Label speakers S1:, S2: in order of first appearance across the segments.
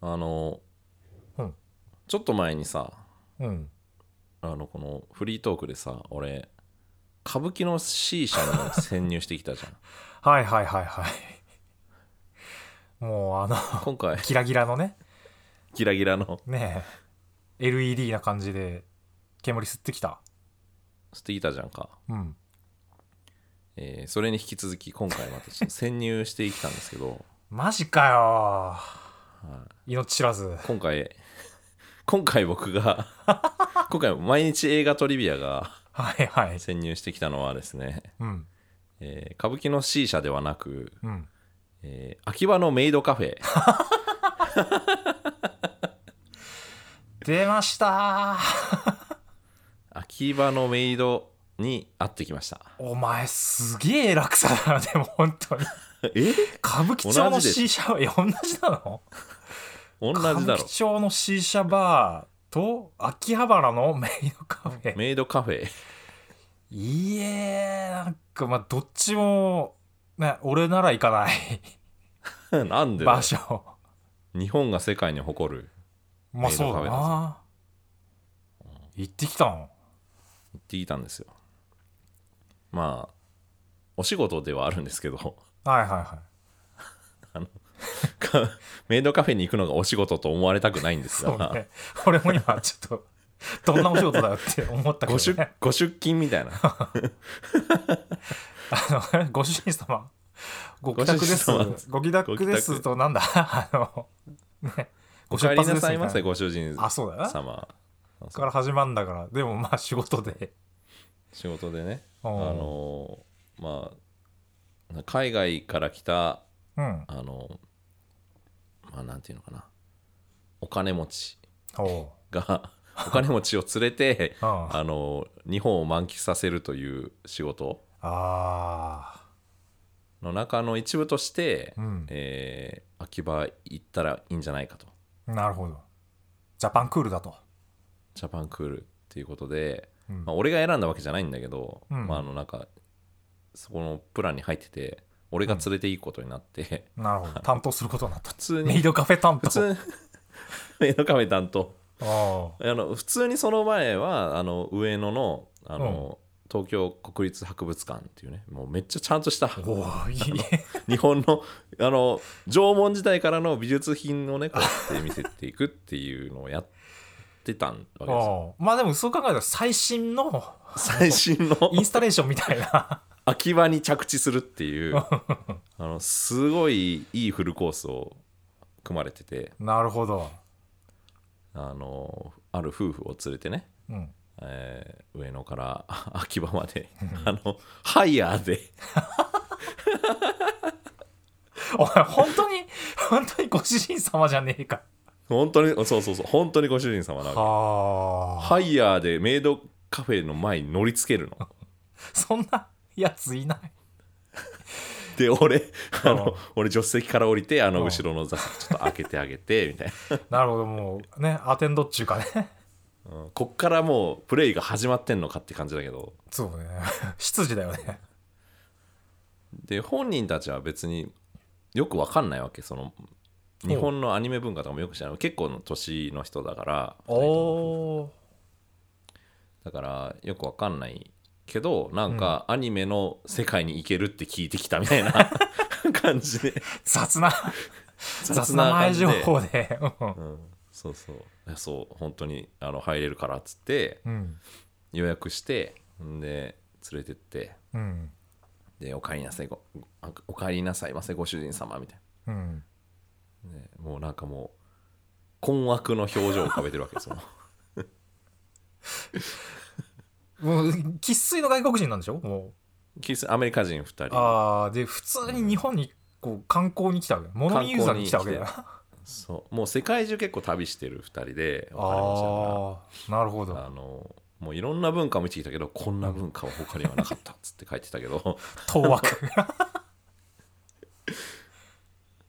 S1: あの、
S2: うん
S1: ちょっと前にさ
S2: うん。
S1: あのこのフリートークでさ俺歌舞伎の C 社に潜入してきた じゃん
S2: はいはいはいはい。 もうあの、
S1: 今回
S2: ギラギラのね、
S1: ギラギラの
S2: ねえ、LED な感じで煙吸ってきた。
S1: 吸ってきたじゃんか、
S2: うん。
S1: えーそれに引き続き今回またちょっと潜入してきたんですけど、
S2: マジかよ
S1: はい
S2: 命知らず。
S1: 今回今回僕 が今回毎日映画トリビアが
S2: はいはい。
S1: 潜入してきたのはですね、
S2: うん。
S1: えー歌舞伎の C 社ではなく、
S2: うん。
S1: えー秋葉のメイドカフェ
S2: 出ました
S1: 秋葉のメイドに会ってきました
S2: お前すげえ落差だな、でも本当に。
S1: え
S2: 歌舞伎町
S1: 同
S2: の
S1: じです
S2: C 社は、え、同じなの
S1: 同
S2: 歌
S1: じ
S2: 舞
S1: だろ
S2: 伎町の C 社バーと秋葉原のメイドカフェ。
S1: メイドカフェ
S2: いいえなんかまあどっちも、ね、俺なら行かない
S1: なんでだよ
S2: 場所
S1: 日本が世界に誇る
S2: まあそうだ
S1: メイド
S2: な行ってきたの
S1: 行ってきたんですよまあお仕事ではあるんですけど
S2: はいはいはい
S1: かメイドカフェに行くのがお仕事と思われたくないんです
S2: そう
S1: が、
S2: ね俺も今ちょっとどんなお仕事だよって思ったけ
S1: ご
S2: ど、
S1: 出
S2: ね、
S1: ご出勤みたい な
S2: あのご主人様ご帰宅です
S1: ご主人様
S2: ご帰宅ですとなんだあのね
S1: お帰りなさい
S2: みた
S1: ま
S2: な
S1: せご主人
S2: あそうだよなそ
S1: 様
S2: こから始まるんだからでもまあ仕事で
S1: 仕事でね
S2: あ
S1: あのーまあ海外から来た
S2: うん
S1: あのーまあなんていうのかなお金持ち
S2: おう
S1: が お金持ちを連れて
S2: うん
S1: あのー日本を満喫させるという仕事
S2: あ
S1: の中の一部として、
S2: ーうん
S1: えー秋葉行ったらいいんじゃないかと
S2: なるほど。ジャパンクールだと。
S1: ジャパンクールっていうことで、
S2: うん
S1: まあ、俺が選んだわけじゃないんだけど、
S2: うん
S1: まあ、あのなんかそこのプランに入ってて俺が連れていくことになって、。
S2: なるほど。担当することになった
S1: 普通
S2: メイ
S1: に
S2: ドカフェ担当。
S1: 普通メイドカフェ担当
S2: あ
S1: あの普通にその前はあの上野のあの、東京国立博物館っていうねもうめっちゃちゃんとした
S2: あおーいいね。
S1: 日本のあの縄文時代からの美術品をねこうやって見せていくっていうのをやってたわけですよ
S2: おーまあでもそう考えたら最新の
S1: 最 新の
S2: インスタレーションみたい な。
S1: 秋葉に着地するっていうあのすごいいいフルコースを組まれてて
S2: なるほど。
S1: あのある夫婦を連れてね、
S2: うん。
S1: えー上野から 秋葉まであのハイヤーで
S2: お前本当に、本当にご主人様じゃねえか。
S1: 本当にそうそうそう本当にご主人様なの
S2: はあ。
S1: ハイヤーでメイドカフェの前に乗りつけるの
S2: そんなやついない。
S1: で俺あ
S2: うん
S1: の俺助手席から降りてあ
S2: う
S1: の
S2: ん
S1: 後ろの座席ちょっと開けてあげてみたい
S2: なるほど、もうね、アテンドっちゅうかね。
S1: な、うんこっからもうプレイが始まってんのかって感じだけど
S2: そうね。執事だよね。
S1: で本人たちは別によくわかんないわけその
S2: ほう
S1: 日本のアニメ文化とかもよく知らない結構の年の人だから
S2: おー。
S1: だからよくわかんないけどなんかアニメの世界に行けるって聞いてきたみたい な感じで
S2: 雑な、雑な前
S1: 感じ
S2: 情
S1: で
S2: 報で。うん
S1: うん、そうそういやそう本当にあの入れるからっつって
S2: うん。
S1: 予約してんで連れてって
S2: うん。
S1: でお帰りなさいごあお帰りなさいませご主人様みたい
S2: うん。
S1: な、ね、もうなんかもう困惑の表情を浮かべてるわけですよ
S2: もう、生粋の外国人なんでしょも
S1: キスアメリカ人2
S2: う。
S1: 人
S2: ああ、で、普通に日本に、こう、観光に来たわけ。モノミユーザーに来たわけだよ。あ
S1: そうもう世界中結構旅してる2人でお金持ちだから
S2: あー、なるほど。
S1: あのもういろんな文化を見てきたけどこんな文化は他にはなかったっつって書いてたけど
S2: 当惑。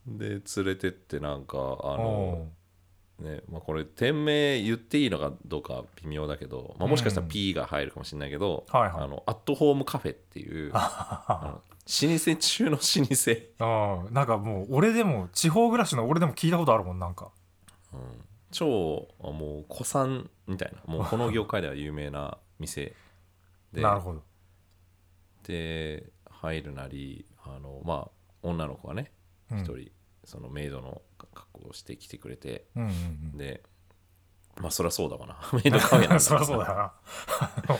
S1: で連れてってなんかあ
S2: お
S1: の、ねまあ、これ店名言っていいのかどうか微妙だけど、まあ、もしかしたら
S2: うん
S1: P が入るかもしれないけど、
S2: はいはい
S1: あのアットホームカフェっていうあの老舗中の老舗
S2: うん。なんかもう、俺でも、地方暮らしの俺でも聞いたことあるもん、なんか。
S1: うん、超あもう古参みたいなもうこの業界では有名な 店で
S2: なるほど
S1: で入るなりあのまあ女の子はね
S2: うん
S1: 一人、そのメイドの格好をしてきてくれて
S2: うんうんうん
S1: でまあそりゃそうだわな メイドカフェなんだ
S2: そりゃそうだよな
S1: も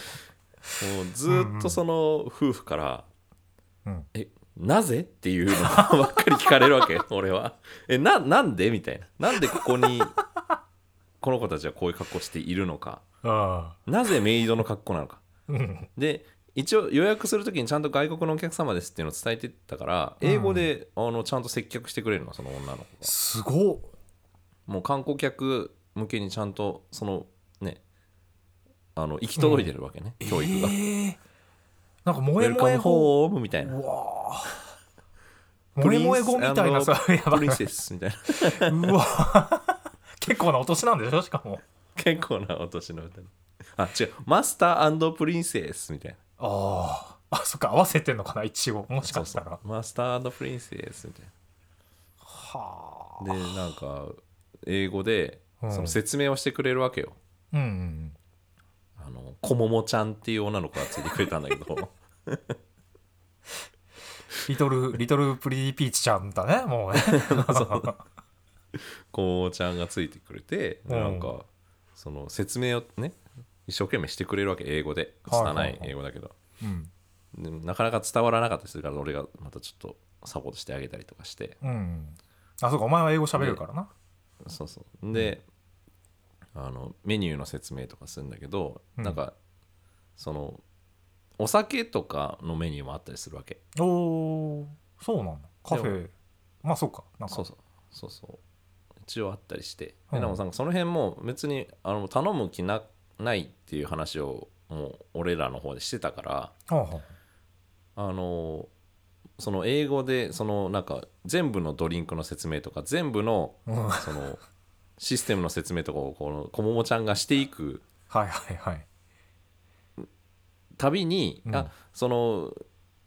S1: うずーっとその夫婦から「
S2: うん
S1: えなぜ?」っていうの ばっかり聞かれるわけ俺は「えななんで?」みたいな「なんでここにこの子たちはこういう格好しているのか
S2: あ
S1: なぜメイドの格好なのか」
S2: あ うん
S1: で一応予約するときにちゃんと外国のお客様ですっていうのを伝えてったから
S2: うん
S1: 英語であのちゃんと接客してくれるのその女の子が
S2: すごっ
S1: もう観光客向けにちゃんとそのねあの行き届いてるわけね、教育が。
S2: えーなんか萌
S1: ウ
S2: え
S1: ェルカ
S2: 萌え
S1: ム
S2: 語
S1: ホームみたいな。
S2: うわあ萌え萌え語みたいなさやば
S1: プリ
S2: い
S1: ンセスみたいな
S2: うわ結構なお年なんでしょしかも
S1: 結構なお年の歌にあ違うマスタープリンセスみたいな
S2: あああそっか合わせてんのかな一応もしかしたら
S1: マスタープリンセスみたい
S2: はあ
S1: なでなんか英語で
S2: うん
S1: その説明をしてくれるわけよ、
S2: うんうん
S1: あのこももちゃんっていう女の子がついてくれたんだけど
S2: リトルリトルプリーピーチちゃんだねもうね
S1: そうこももちゃんがついてくれてでなん
S2: う
S1: かその説明をね一生懸命してくれるわけ英語で
S2: はいはいは
S1: 拙
S2: い
S1: い英語だけど
S2: うん
S1: でもなかなか伝わらなかったりするから俺がまたちょっとサポートしてあげたりとかして
S2: うんあそうかお前は英語喋れるからな
S1: そうそうで、あのメニューの説明とかするんだけど、
S2: うん
S1: なんかそのお酒とかのメニューもあったりするわけ
S2: おおーそうなんだカフェまあそうかなんか
S1: そうそうそうそう一応あったりして、
S2: う
S1: で
S2: ん
S1: でもさその辺も別にあの頼む気なないっていう話をもう俺らの方でしてたから
S2: はあは
S1: あのその英語でそのなんか全部のドリンクの説明とか全部の
S2: あうんはい
S1: そのシステムの説明とかをこのこももちゃんがしていく
S2: はいはい
S1: たびに、
S2: うん
S1: あその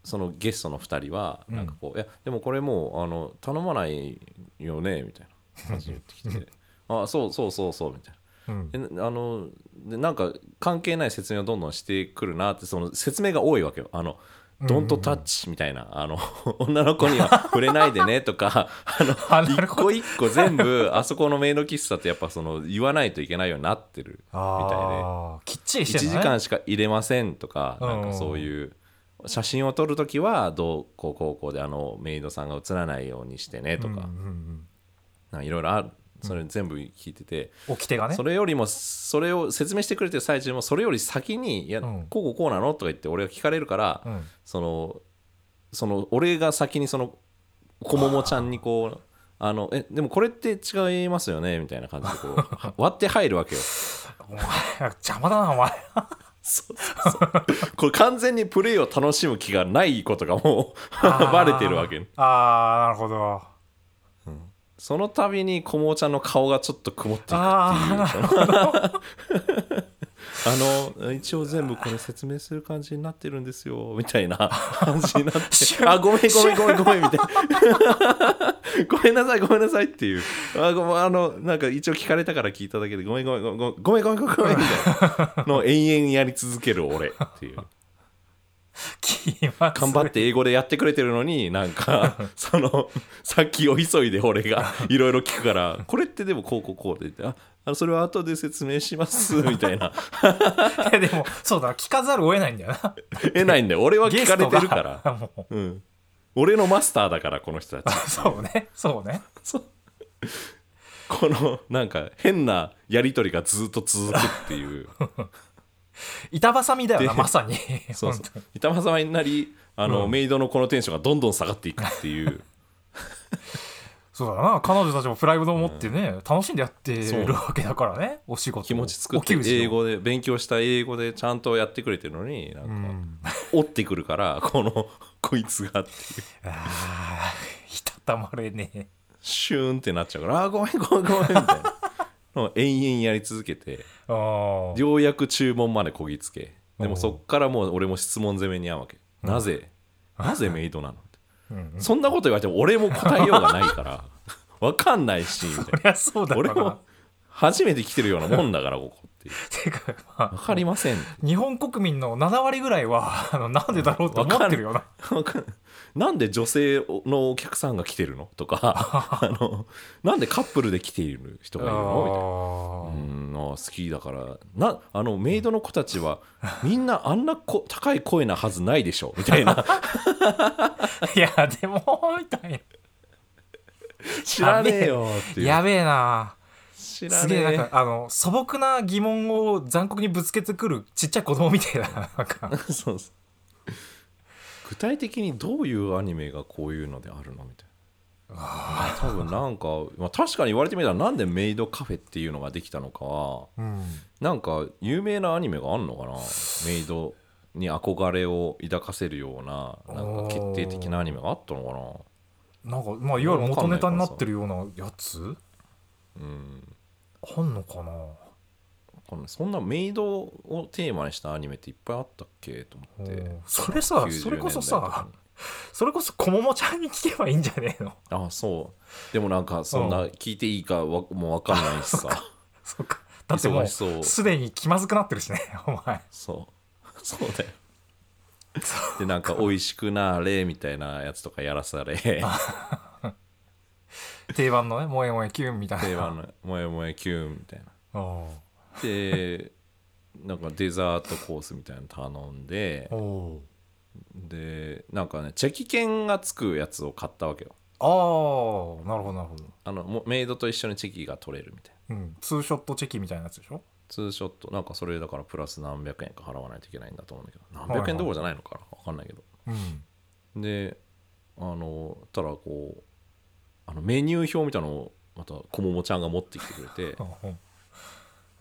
S1: そのゲストの2人は
S2: うん
S1: なんかこう、いやでもこれもうあの頼まないよねみたいな感じで言ってきて あそうそうそうそうみたい
S2: うん
S1: なであのでなんか関係ない説明をどんどんしてくるなってその説明が多いわけよあの
S2: うん
S1: ドントタッチみたいな、あの 女の子には触れないでねとか あの
S2: あなる
S1: 一
S2: ほど
S1: 個一個全部あそこのメイド喫茶ってやっぱその言わないといけないようになってる
S2: ああきっちりして
S1: 1
S2: る
S1: 時
S2: ね
S1: 間しか入れませんとか
S2: うん
S1: なんかそういう写真を撮るときはどうこうこうこうであのメイドさんが写らないようにしてねとか
S2: うんうんうん
S1: なんかいろいろあるそれ全部聞いてて
S2: 掟がね
S1: それよりもそれを説明してくれてる最中もそれより先に「いや
S2: う
S1: こ
S2: ん
S1: うこうこうなの?」とか言って俺が聞かれるから
S2: うん
S1: そのその俺が先にそのこももちゃんにこう。あのえでもこれって違いますよねみたいな感じでこ う割って入るわけよ
S2: お前邪魔だなお前
S1: そうそうそうこれ完全にプレイを楽しむ気がないことがもう
S2: あー
S1: バレてるわけね
S2: ああなるほど
S1: その度にこもおちゃんの顔がちょっと曇っていくっていう
S2: あ
S1: あの一応全部これ説明する感じになってるんですよみたいな 感じになっ
S2: シ
S1: て
S2: ュ
S1: あごめんごめんごめんごめんみたいな ごめんなさいごめんなさいっていうあごめんあのなんか一応聞かれたから聞いただけでごめんごめんごめんごめんごめんごめんごめんみたいなのを延々やり続ける俺っていう。
S2: 気まずい
S1: 頑張って英語でやってくれてるのになん かそのさっきお急いで俺 がいろいろ聞くからこれってでもこうこうこうって言ってああそれは後で説明し ますみたいな
S2: えでもそうだな聞かざるを得ないんだよな
S1: えないんだよ俺は 聞かれてるか
S2: ゲス
S1: ら
S2: ト、がもう
S1: うん、俺のマスターだからこの人 たち
S2: そうねそうね
S1: そうこのなんか変なやり取りがずっと続くっていう
S2: 板挟みだよ
S1: で
S2: なまさに
S1: そうそう
S2: 本当に
S1: 板挟みになりあの、
S2: うん
S1: メイドのこのテンションがどんどん下がっていくっていう。
S2: そうだな彼女たちもプライドを持ってね、楽しんでやって
S1: そう
S2: るわけだからねお仕事を
S1: 気持ち作っ
S2: お給
S1: て
S2: 料
S1: 英語で勉強した英語でちゃんとやってくれてるのになん
S2: う
S1: か、
S2: ん
S1: 折ってくるから このこいつがっていう
S2: あーいたたまれねえ
S1: シューンってなっちゃうからあーごめんごめんごめんみたいなのを延々やり続けて
S2: あー
S1: ようやく注文までこぎつけで
S2: お
S1: も
S2: う
S1: そっからもう俺も質問攻めに合うわけなぜなぜメイドなのって
S2: うんうん
S1: そんなこと言われても俺も答えようがないからわかんないしみたいな
S2: そりゃそうだろ
S1: 俺
S2: うな
S1: も初めて来てるようなもんだからここって いう
S2: てか、まあ、
S1: わかりません
S2: 日本国民の7割ぐらいはあ のなんでだろうって思ってるよな
S1: わかんなんで女性のお客さんが来てるのと かあのなんでカップルで来ている人がいるのみたいな
S2: あ
S1: うんあ好きだからなあのメイドの子たちはみんなあんなこ高い声なはずないでしょみたいな
S2: ーいやでもみたいな
S1: 知らねえよっていう
S2: やべえな
S1: 知ら
S2: すげえなん
S1: ね
S2: かあの素朴な疑問を残酷にぶつけてくるちっちゃい子供みたいな なんか
S1: え そうそう具体的にどういうアニメがこういうのであるのみたいな多分なんか、まあ、確かに言われてみたらなんでメイドカフェっていうのができたのかは
S2: うん
S1: なんか有名なアニメがあんのかなメイドに憧れを抱かせるようななんか決定的なアニメがあったの
S2: なんかまあいわゆる元ネタになってるようなやつ
S1: かなうん
S2: あんのかな
S1: このそんなメイドをテーマにしたアニメっていっぱいあったっけと思って
S2: おーそれさ
S1: 90
S2: それこそ
S1: 年代と
S2: さ
S1: かに
S2: それこそこももちゃんに聞けばいいんじゃねえの
S1: あそうでもなんかそんな聞いていいかわもう分かんないし さ
S2: そっかだっても
S1: 忙
S2: う
S1: しそう
S2: すでに気まずくなってるしね お前
S1: そうそうだよでなんか「美味しくなれ」みたいなやつとかやらさ れ
S2: 定番のね萌え萌えキュンみたいな
S1: 定番の「もやもやキュン」みたいな
S2: おー
S1: でなんかデザートコースみたいなの頼んで
S2: お
S1: でなんかねチェキ券がつくやつを買ったわけよ
S2: ああなるほどなるほど、
S1: あのもメイドと一緒にチェキが取れるみたいな
S2: うん、ツーショットチェキみたいなやつでしょ
S1: ツーショットなんかそれだからプラス何百円か払わないといけないんだと思うんだけど何百円どころじゃないのかな分かんないけど
S2: うん
S1: であのたらこうあのメニュー表みたいなのをまたこももちゃんが持ってきてくれ て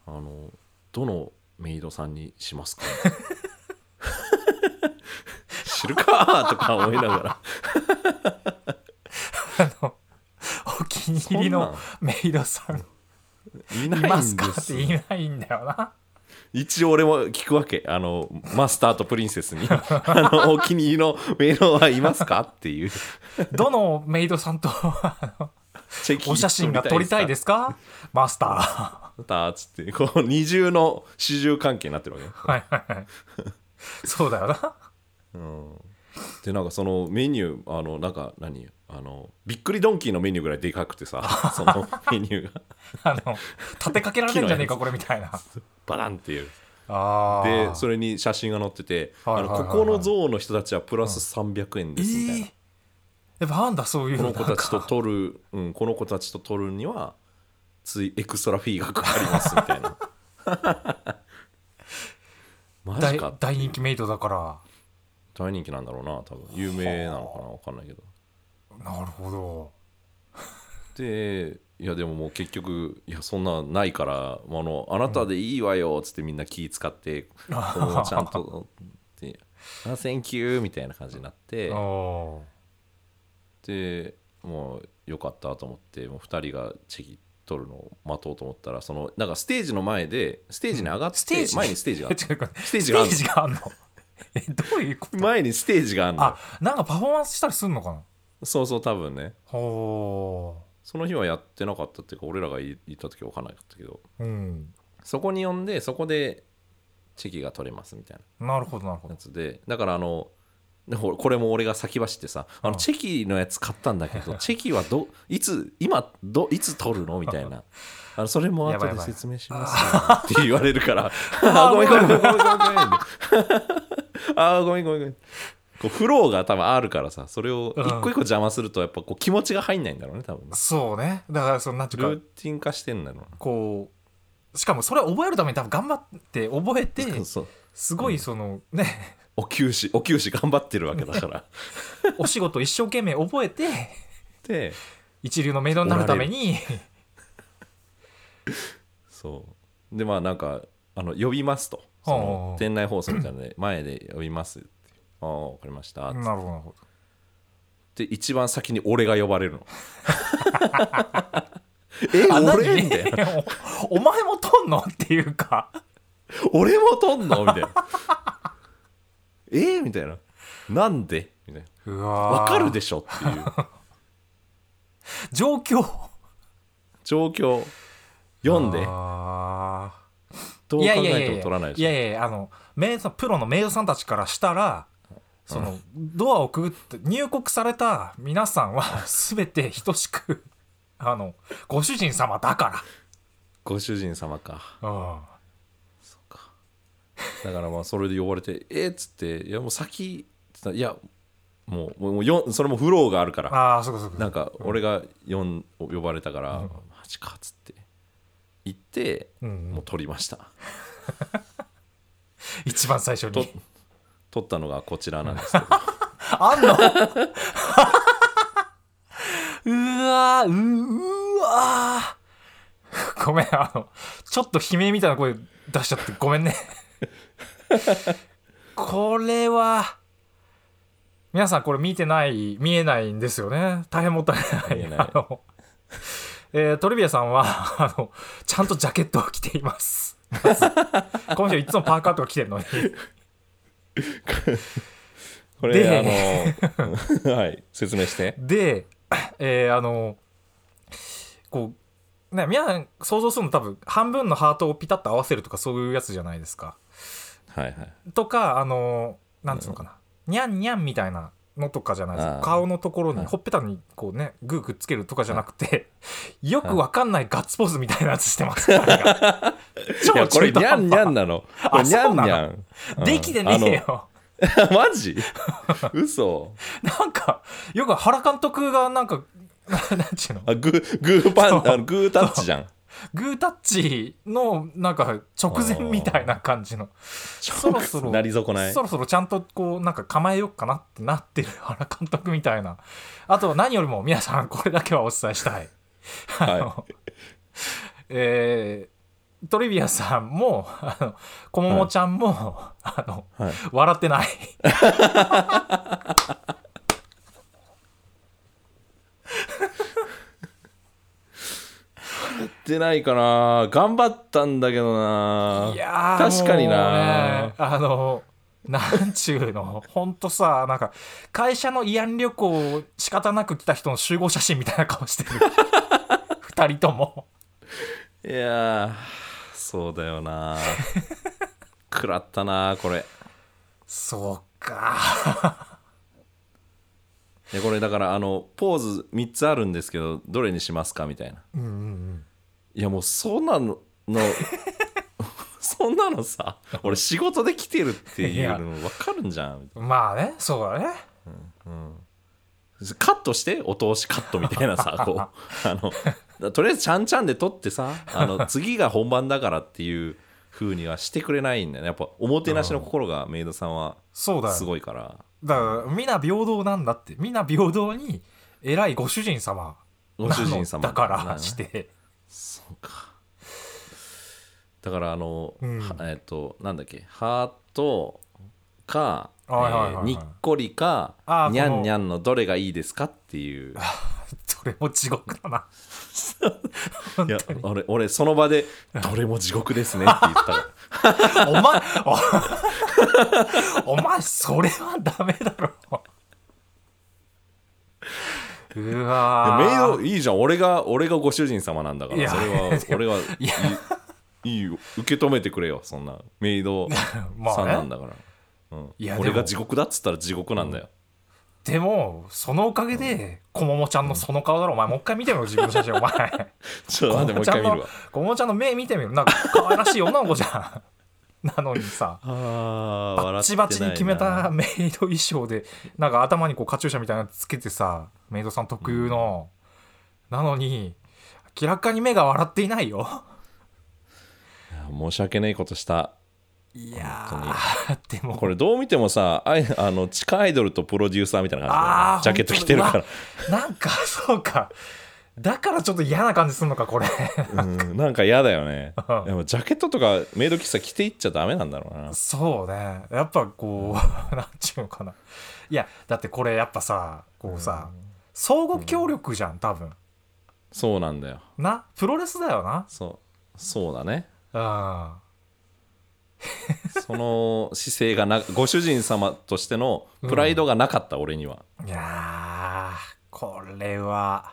S1: あのどのメイドさんにします か 知るかとか思いながら
S2: お気に入りのメイドさん
S1: い
S2: い
S1: ない
S2: ま
S1: ん
S2: すか
S1: で
S2: って
S1: す
S2: 言いないんだよな
S1: 一応俺も聞くわけあのマスターとプリンセスに あのお気に入りのメイドはいますかって いう
S2: どのメイドさんとあの
S1: チェキ
S2: お写真が撮りたいですす かマスター
S1: っつってこう二重の主従関係になってるわけ
S2: はいはいはいそうだよな
S1: うんでなんかそのメニューあのなんか何あのびっくりドンキーのメニューぐらいでかくて さそのメニューが
S2: あの立てかけられるんじゃねえかこれみたいな
S1: バランっていう
S2: あー
S1: でそれに写真が載ってて「
S2: はい
S1: あ
S2: はい
S1: の
S2: はいはい
S1: ここの像の人たちはプラス300円です」みたいな、
S2: えーやっぱあんだそういう
S1: こ
S2: の
S1: の子たちと撮る、うん、この子たちと撮るにはついエクストラフィーがかかりますみたいなマジ
S2: 大
S1: か
S2: 大人気メイドだから
S1: 大人気なんだろうな多分有名なのかな分かんないけど
S2: なるほど
S1: でいやでももう結局いやそんなんないからあのあなたでいいわよっつってみんな気使って、このちゃんと「であ Thank you」みたいな感じになって
S2: お
S1: でもうよかったと思ってもう2人がチェキ取るのを待とうと思ったらそのなんかステージの前でステージに上がって、
S2: ステージ
S1: 前にス テージがあ
S2: え
S1: って
S2: 違うこれ
S1: ステー
S2: ス
S1: ジ
S2: テ
S1: があん
S2: ー
S1: の
S2: ジがあんの えどういうこと
S1: 前にステージがあるの
S2: あなんかパフォーマンスしたりすんのかな
S1: そうそう多分ね
S2: ほ
S1: その日はやってなかったっていうか俺らがいいた時は分かんなかったけど
S2: ううん
S1: そこに呼んでそこでチェキが取れますみたいな
S2: なるほどなるほ
S1: や
S2: ど
S1: つでだからあのでほらこれも俺が先走ってさあ
S2: うん
S1: のチェキのやつ買ったんだけ どチェキはどいつ今どいつ取るのみたい なあのそれも
S2: や
S1: 後
S2: ばいや
S1: で
S2: ばい
S1: 説明しますよって言われるから あーごめんごめんごめんごめんごめん あーごめんごめんごめんこうフローが多分あるからさそれを一個一個邪魔するとやっぱこう気持ちが入んないんだろうね多分ね
S2: そうねだからそのなんてい
S1: ルー
S2: うか
S1: ティン化してんだろ
S2: こうしかもそれを覚えるために多分頑張って覚えて
S1: うな そう
S2: すごいそのね
S1: お給仕お給仕頑張ってるわけだから
S2: お仕事一生懸命覚えて
S1: で
S2: 一流のメイドになるために
S1: そうでまあなんかあの呼びますとそ
S2: おうお
S1: の
S2: う
S1: 店内放送みたいなの で前で呼びますってああ分かりましたっ て
S2: なるほどなるほ
S1: で一番先に俺が呼ばれるの え
S2: どあ
S1: 俺
S2: 何
S1: みたいな
S2: おお前もとんのっていうか
S1: 俺もとんのみたいな えーみたいななんでみたいな
S2: うわ
S1: 分かる
S2: で
S1: でしょっていう
S2: 状況
S1: 状況読んで
S2: あー
S1: どう考えても取らないで
S2: い
S1: しょ
S2: やいやいやあのメイドプロのメイドさんたちからしたらそのドアをくぐって入国された皆さんは全て等しく あのご主人様だか、
S1: ご主人様から
S2: うん、
S1: そうかだからまあそれで呼ばれて「えっ?」つって「いやもう先」つったらいやもうもうもうよんそれもフローがあるから
S2: ああそうかそうか
S1: なんか俺が呼ん呼ばれたから「
S2: うん
S1: マジか」っつって行って
S2: うん
S1: もう取りました
S2: 一番最初
S1: と
S2: に
S1: 取ったのがこちらなん ですけど
S2: あんのうわーううわーごめんあのちょっと悲鳴みたいな声出しちゃってごめんねこれは皆さんこれ見てない見えないんですよね大変もったい
S1: 見
S2: な
S1: え
S2: い
S1: ない
S2: あの、えートリビアさんはあのちゃんとジャケットを着ていますまずこの人いつもパーカーとか着てるのに
S1: これあ のはい説明して
S2: で、 えーあのこうね皆さん想像するの多分半分のハートをピタッと合わせるとかそういうやつじゃないですか
S1: はいはい
S2: とかあのなんつうのかな、にゃんにゃんみたいなのとかじゃないです
S1: あ
S2: か
S1: ー
S2: 顔のところに、
S1: はい
S2: ほっぺたにこうねグーくっつけるとかじゃなくて、 よくわかんないガッツポーズみたいなやつしてます 彼が
S1: いやこれ
S2: 中途
S1: ニャ
S2: 半
S1: ン
S2: 端
S1: ニャンなのこれニャンニャンうん
S2: できてねえよ
S1: あの マ ジ嘘
S2: なんかよく原監督がなんか なんちゅうの
S1: あグーグーパン
S2: そう
S1: あのグータッチじゃん
S2: グータッチのなんか直前みたいな感じのそろそろ
S1: なり損ない
S2: そろそろちゃんとこうなんか構えようかなってなってる原監督みたいなあと何よりも皆さんこれだけはお伝えしたい、 あのえートリビアさんもあのこももちゃんも、あの
S1: はい
S2: 笑ってない
S1: 出ないかな頑張ったんだけどない
S2: やー
S1: 確かに
S2: もう
S1: な
S2: ねあのなんちゅうのほんとさなんか会社の慰安旅行仕方なく来た人の集合写真みたいな 顔してる二人とも
S1: いやーそうだよな食らったなこれ
S2: そうか
S1: いやこれだからあのポーズ3つあるんですけどどれにしますかみたいな
S2: うんうんうん
S1: いやもうそんなののそんなのさ俺仕事で来てるっていうの分かるんじゃん
S2: まあねそうだね
S1: カットしてお通しカットみたいな さこうあのとりあえずちゃんちゃんで撮ってさあ の次が本番だからっていう風にはしてくれないんだよねやっぱおもてなしの心がメイドさんは
S2: そうだよ
S1: すごいから
S2: だから皆平等なんだって皆平等に偉いご主人様
S1: ご主人様
S2: なのだか
S1: なんだ
S2: ら
S1: ね
S2: して
S1: そうかだからあの、
S2: うん
S1: はえっ、となんだっけハートか、
S2: はいはいはいはい
S1: えーにっこりか
S2: あー
S1: にゃんにゃんのどれがいいですかって いう
S2: それも地獄だな
S1: いや俺俺その場で「どれも地獄ですね」って言ったら
S2: お前お お前それはダメだろうわ
S1: いやメイ
S2: ー
S1: ドいいじゃん俺が俺がご主人様なんだか
S2: い
S1: ら
S2: や
S1: それは俺がい
S2: いや
S1: いいよ受け止めてくれよそんなメイド
S2: ま
S1: さんな
S2: あ
S1: ん
S2: ね
S1: だから、うん
S2: いやでも
S1: 俺が地獄だっつったら地獄なんだよ、
S2: でもそのおかげでこももちゃんのその顔だろお前もう一回見てみろ自分の写真お前
S1: ちょっと待ってもう一回見るわ
S2: こももちゃんの目見てみるなんか可愛らしい女の子じゃん なのにさ
S1: あー
S2: バッチバチに決め
S1: 笑
S2: た
S1: って
S2: メイド衣装でなんか頭にこうカチューシャみたいなのつけてさメイドさん特有の、なのに明らかに目が笑っていないよ
S1: ないな申し訳ないことした
S2: い
S1: 本
S2: やーでも
S1: これどう見てもさあいあの地下アイドルとプロデューサーみたいな
S2: あ
S1: 感じだよねジャケッ
S2: ー
S1: ト着てるか
S2: 本当だうわなんかそうかだからちょっと嫌な感じするのか これ
S1: ら、 うん、なんか嫌だよね
S2: うん
S1: でもジャケットとかメイド喫茶着ていっちゃダメなんだろうな
S2: そうねやっぱこう なんちゅうのかないやだってこれやっぱさこうさ、相互協力じゃん多分
S1: そうなんだよ
S2: なプロレスだよな
S1: そうそうだね
S2: うん
S1: その姿勢がなご主人様としてのプライドがなかった俺には、
S2: いやーこれは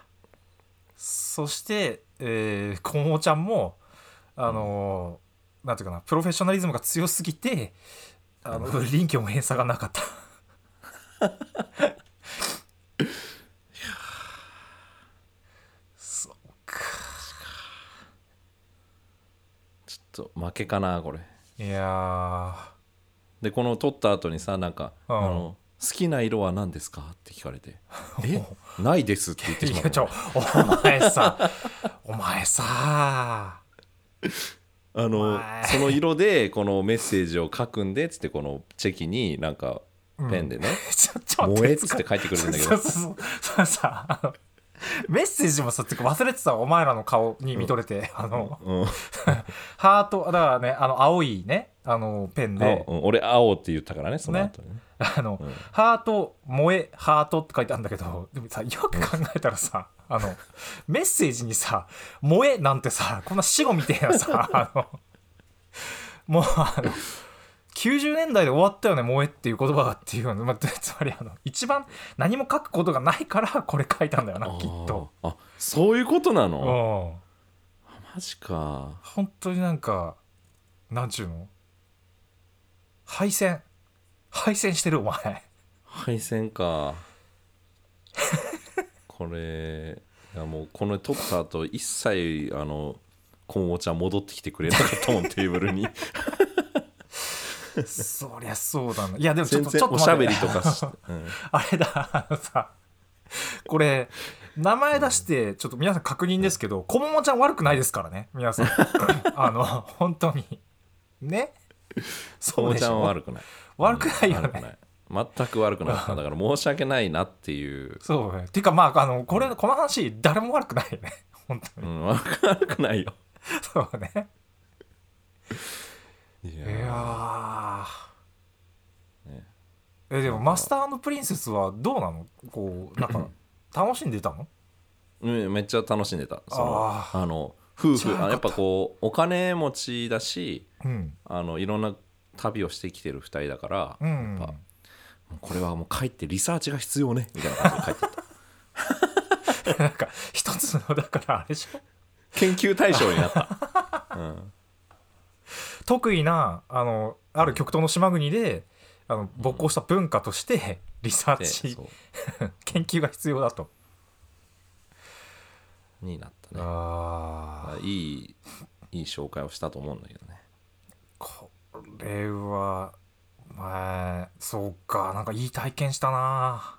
S2: そして、えー、こもちゃんもあのーなんていうかなプロフェッショナリズムが強すぎてあの臨機応変さがなか ったそうか
S1: ちょっと負けかなこれ
S2: いや
S1: でこの撮った後にさなんか、
S2: うん
S1: あの好きな色は何ですかって聞かれ て「
S2: お
S1: えないです」って言って
S2: ー
S1: し
S2: い
S1: ま
S2: やち
S1: う
S2: ょお前 さお前さ
S1: あの
S2: おい
S1: その色でこのメッセージを書くんでっつってこのチェキになんかペンでね
S2: ちょ
S1: 「
S2: ちょっと
S1: 萌え」っつって書いてくれるんだけ
S2: そう
S1: ど
S2: そうそうそうさあのメッセージもさてか忘れてたお前らの顔に見とれて、あの
S1: うん
S2: ハートだからねあの青いねあのペン で、
S1: 青うん俺「青」って言ったからねその後にね
S2: あの、
S1: うん
S2: ハート萌えハートって書いてあるんだけどでもさよく考えたらさ、あのメッセージにさ萌えなんてさこんな死後みたいな さあのもうあの90年代で終わったよね萌えっていう言葉がっていうの、まあ、つまりあの一番何も書くことがないからこれ書いたんだよなきっと。
S1: あーあそういうことなの
S2: うん
S1: マジか
S2: 本当になんかなんちゅうの敗戦敗戦してるお前
S1: 敗戦かこれいやもうこの撮った後一切あのこもちゃん戻ってきてくれなかったもんテーブル に
S2: そりゃそうだないやでもち
S1: 全
S2: ょっとち
S1: 然
S2: ょっと
S1: おしゃべ
S2: 待っ
S1: り
S2: て
S1: とかして、うん
S2: あれだあのさこれ名前出してちょっと皆さん確認ですけどこももちゃん悪くないですからね 皆さんあの本当にね
S1: こ
S2: そう
S1: も
S2: で
S1: ち
S2: し
S1: ゃん
S2: ょ
S1: は悪くない
S2: 悪くないよ
S1: うん悪
S2: ね
S1: くない全く悪くなかっただから申し訳ないなっていう、
S2: そうねていうかまああのこれこの話誰も悪くないよね本当
S1: う
S2: に
S1: ん、悪くないよ
S2: そうね
S1: い
S2: い
S1: や
S2: やー
S1: ね
S2: えでもマスタープリンセスはどうなのこうな んか楽しんでたの
S1: うんめっちゃ楽しんでたその
S2: あ
S1: あの夫
S2: じ
S1: 婦
S2: ゃあよかっ
S1: あ
S2: た
S1: やっぱこうお金持ちだし
S2: うん
S1: あのいろんな旅をしてきてる2人だから、
S2: う
S1: やっ
S2: ん
S1: ぱこれはもう帰ってリサーチが必要ね みたいな感じで帰ってった
S2: なんか一つのだからあれでしょ
S1: 研究対象にな った、うん、
S2: 得意なあのある極東の島国であの勃興した文化としてリサー
S1: で
S2: チ、
S1: そ
S2: 研究が必要だと
S1: うになったね
S2: ああ
S1: いいいい紹介をしたと思うんだけどね
S2: これはまあそうかなんかいい体験したな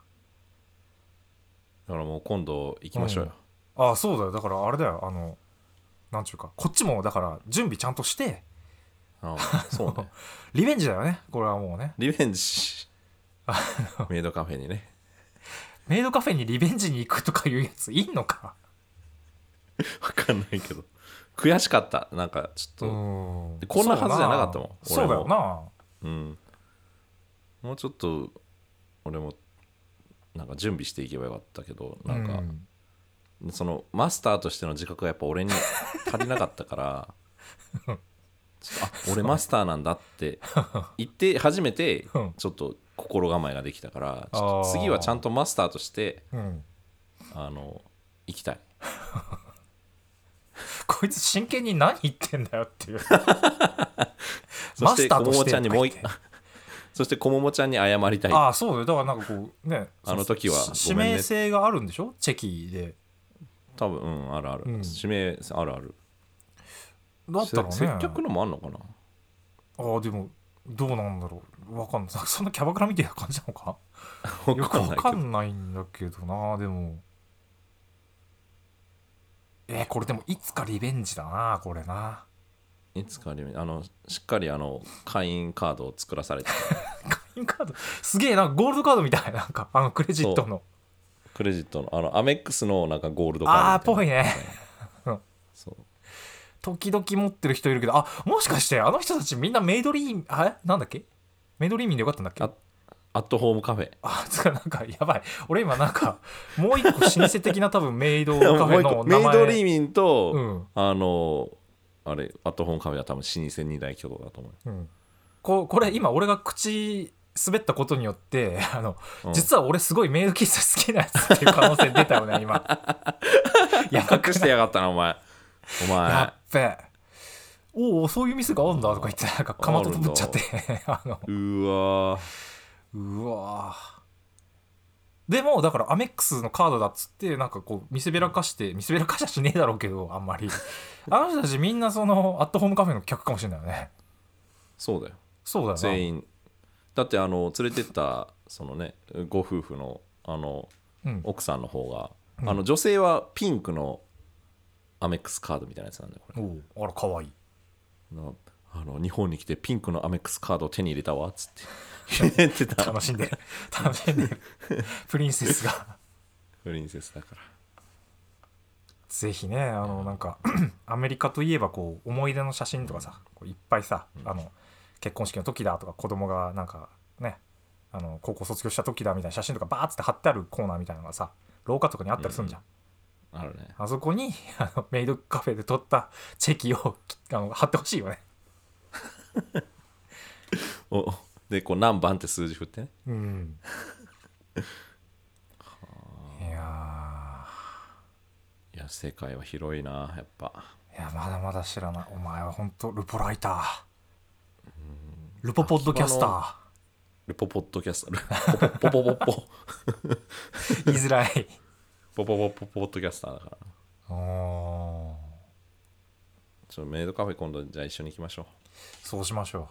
S1: だからもう今度行きましょうよ、
S2: ああそうだよだからあれだよあのなんちゅうかこっちもだから準備ちゃんとして
S1: あそう ね
S2: リベンジだよねこれはもうね
S1: リベンジメイドカフェにね
S2: メイドカフェにリベンジに行くとかいうやついんのか
S1: 分かんないけど悔しかったなんかちょっと、
S2: ん
S1: でこんなはずじゃなかったもん
S2: そうだよな
S1: うん、もうちょっと俺もなんか準備していけばよかったけどなんか、
S2: う
S1: そのマスターとしての自覚がやっぱ俺に足りなかったから ちょっとあ俺マスターなんだって言って初めて
S2: うん
S1: ちょっと心構えができたからち
S2: あ
S1: ょっ
S2: ー
S1: と次はちゃんとマスターとして
S2: うん、
S1: あの行きたい
S2: こいつ真剣に何言ってんだ よっていう
S1: そして
S2: マスター
S1: こ
S2: と
S1: も
S2: し
S1: も
S2: て
S1: ちゃんにもう一
S2: と
S1: そしてこももちゃんに謝りたい
S2: ああそうだよだからなんかこうね
S1: あの時は
S2: し
S1: ごめ
S2: 指
S1: んね
S2: 名性があるんでしょチェキで
S1: 多分うんあるある、
S2: うん
S1: 指名あるある
S2: だったらね
S1: せ接客のもあんのかな
S2: ああでもどうなんだろうわかんないそんなキャバクラみたいな感じな のか
S1: 分
S2: よく
S1: かん
S2: わ
S1: ない
S2: か
S1: けど
S2: んないんだけどなでもえーこれでもいつかリベンジだなこれない
S1: つかありあのしっかりあの会員カードを作らされて
S2: 会員カードすげえなゴールドカードみたいなんかあのクレジットの
S1: クレジットのあのアメックスのなんかゴールドカード
S2: ああー
S1: みた
S2: ぽ
S1: い
S2: い
S1: な
S2: ね
S1: そう
S2: 時々持ってる人いるけどあもしかしてあの人たちみんなメイドリーあなんだっけメイドリーミンでよかったんだっけ
S1: あアットホームカフェ
S2: あつかなんかやばい俺今なんかもう一個老舗的な多分メイド
S1: も
S2: カフ
S1: う
S2: ェ
S1: 一個
S2: の
S1: メ
S2: 名
S1: イ
S2: 前
S1: ドリーミンと、
S2: うん
S1: あのあれアットホームカフェは多分老舗二大巨頭だと思う、
S2: うん、ここれ今俺が口滑ったことによってあの、
S1: うん
S2: 実は俺すごいメイド喫茶好きなやつっていう可能性出たよ ね今やばく
S1: 隠し
S2: ない
S1: てやがったなお前お
S2: や
S1: 前
S2: っべおおそういうミスがあるんだとか言ってなんかかまとぶっちゃって あの
S1: うわー
S2: うわーでもだからアメックスのカードだっつってなんかこう見せべらかして見せべらかしゃしねえだろうけどあんま りあの人たちみんなそのアットホームカフェの客かもしれないよね
S1: そうだよ
S2: そうだよな
S1: 全員だってあの連れてったそのねご夫婦のあの
S2: うん、
S1: 奥さんの方が、
S2: うん
S1: あの女性はピンクのアメックスカードみたいなやつなんだよこれ
S2: おおあらかわいい
S1: なあの日本に来てピンクのアメックスカードを手に入れたわっつって 言ってた
S2: 楽しん で楽しんでプリンセスが
S1: プリンセスだから
S2: ぜひねあのなんか アメリカといえばこう思い出の写真とかさこういっぱいさ、あの結婚式の時だとか子供がなんかねあの高校卒業した時だみたいな写真とかバーッつって貼ってあるコーナーみたいなのがさ廊下とかにあったりするんじゃん、
S1: あるね
S2: あそこに あのメイドカフェで撮ったチェキをきあの貼ってほしいよね
S1: おでこう何番って数字振ってね
S2: うん いや
S1: いや世界は広いなやっぱ
S2: ーいやまだまだ知らないお前は本当ルポライタールポポッドキャスター
S1: ルポポッドキャストルポポポポポポ
S2: 言いづらい
S1: ポポポポポッドキャスターだから
S2: おー
S1: ちょっとメイドカフェ今度じゃあ一緒に行きましょ
S2: そうしましょう
S1: う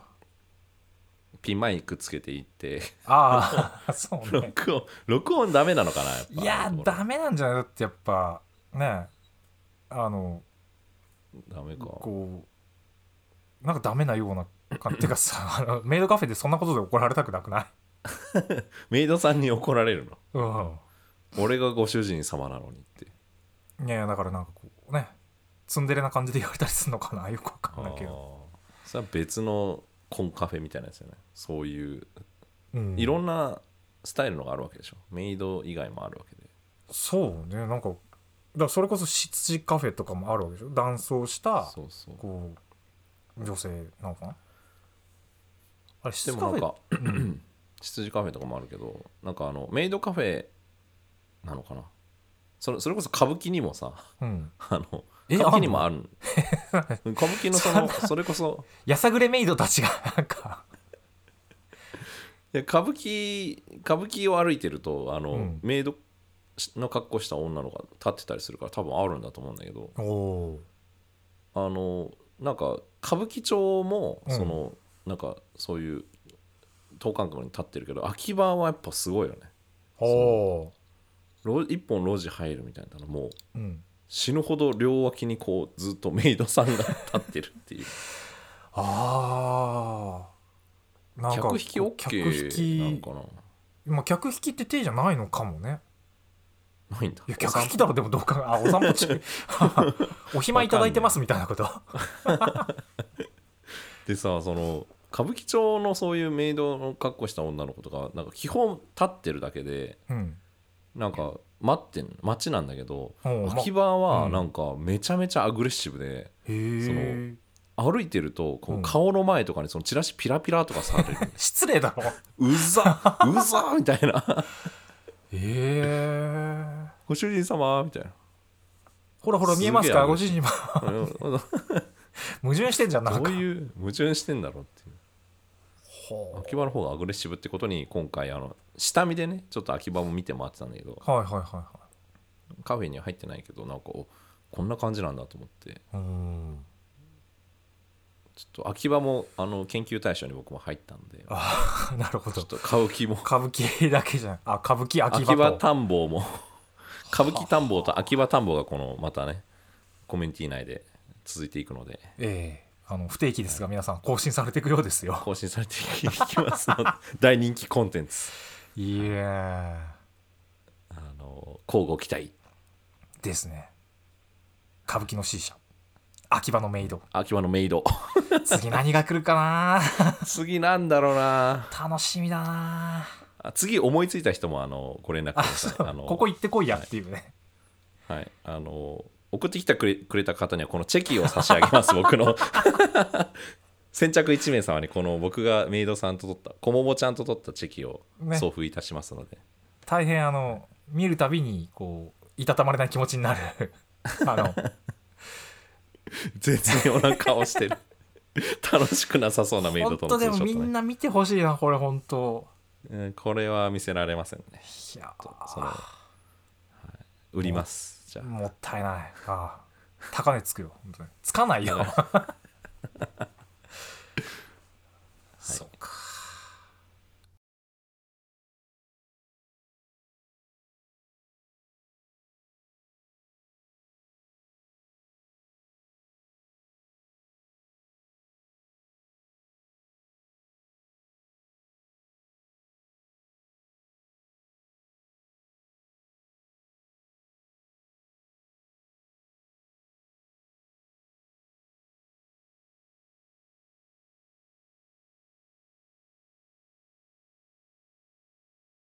S1: ピンマイクつけて行 って
S2: ああ そ うね
S1: 録音録音ダメなのかなやっぱ
S2: いや
S1: これ
S2: ダメなんじゃないだってやっぱねあの
S1: ダメか
S2: こうなんかダメなような感じてかさあ のメイドカフェでそんなことで怒られたくなくない
S1: メイドさんに怒られるの
S2: う
S1: 俺がご主人様なのにって
S2: んいやいやだからなんかこうねツンデレな感じで言われたりするのかなよく わかんないけど、
S1: あーそれは別のコンカフェみたいなやつよねそういう
S2: うん、
S1: いろんなスタイルのがあるわけでしょ、メイド以外もあるわけで
S2: そうねなんかだからそれこそ羊カフェとかもあるわけでしょ男装した
S1: そうそう
S2: こう女性なのかなあれ
S1: で
S2: 質
S1: も
S2: カ
S1: なん
S2: フェ
S1: か羊カフェとかもあるけどなんかあのメイドカフェなのかなそれそれこそ歌舞伎にもさ
S2: うん
S1: あの
S2: え
S1: 歌舞伎にもある歌舞伎のそのそれこそ
S2: やさぐれメイドたちが なんか
S1: いや歌舞伎歌舞伎を歩いてるとあの、
S2: うん
S1: メイドの格好した女の子が立ってたりするから多分あるんだと思うんだけど
S2: おお
S1: あのなんか歌舞伎町も
S2: うん
S1: その、なんかそういう等間隔に立ってるけど秋葉はやっぱすごいよね
S2: おお
S1: 路一本路地入るみたいなのもう
S2: ーうん
S1: 死ぬほど両脇にこうずっとメイドさんが立ってるっていう
S2: ああ なんか
S1: 客引き OK なの
S2: 客引
S1: か
S2: きまあ客引きって手じゃないのかもね
S1: なないんだ
S2: いや客引きだろでもどうかあお散歩 中お暇いただいてますみたいなこと
S1: でさその歌舞伎町のそういうメイドの格好した女の子とかなんか基本立ってるだけで
S2: うん
S1: なんか待ってん街なんだけど
S2: おーま
S1: 秋葉
S2: う
S1: は
S2: ん
S1: なんかめちゃめちゃアグレッシブで
S2: へえ
S1: 歩いてるとこ
S2: うん
S1: う顔の前とかにそのチラシピラピラとかされる
S2: 失礼だろ
S1: うざうざみたいな
S2: へえ
S1: ご主人様みたい な
S2: ほらほら見えます
S1: すげえあ
S2: か
S1: る
S2: ご主人は
S1: あのど
S2: 矛盾してんじゃんなん
S1: う
S2: か
S1: いう矛盾してんだろうっていう
S2: ほう
S1: 秋葉の方がアグレッシブってことに今回あの下見でねちょっと秋葉も見て回ってたんだけど
S2: はいはいはいは
S1: カフェには入ってないけどなんかおこんな感じなんだと思って
S2: いうん
S1: ちょっと秋葉もあの研究対象に僕も入ったんで
S2: あなるほ
S1: ちょ
S2: ど
S1: っと買う気も
S2: 歌舞伎だけじゃんあ歌舞伎 秋
S1: 秋
S2: 葉
S1: 葉
S2: と
S1: 探訪も歌舞伎探訪と秋葉探訪がこのまたねコミュニティ内で続いていくので
S2: ええあの不定期ですが皆さん更新されていくようですよ
S1: 更新されていきますので 大人気コンテンツ
S2: いや
S1: あの交互期待
S2: ーですね歌舞伎の C 社秋葉のメイド
S1: 秋葉のメイド
S2: 次何が来るかな
S1: 次なんだろうな
S2: 楽しみだな
S1: あ次思いついた人もあのご連絡くださいあの
S2: ここ行ってこいやっていうね
S1: はい、あの送ってきてくれくれた方にはこのチェキを差し上げます僕 の先着1名様にこの僕がメイドさんと取ったこももちゃんと取ったチェキを
S2: ね
S1: 送付いたしますので、
S2: 大変あの見るたびにこういたたまれない気持ちになるあの
S1: 絶妙な顔してる 楽しくなさそうなメイド
S2: 本
S1: と
S2: 当
S1: のツ
S2: で
S1: ー
S2: も
S1: ショ
S2: み
S1: ット
S2: ん
S1: ね
S2: な見てほしいなこれ本当
S1: うんこれは見せられませんね
S2: いや
S1: その、はい売りますじゃあ
S2: もったいないああ高値つくよ本当につかないよ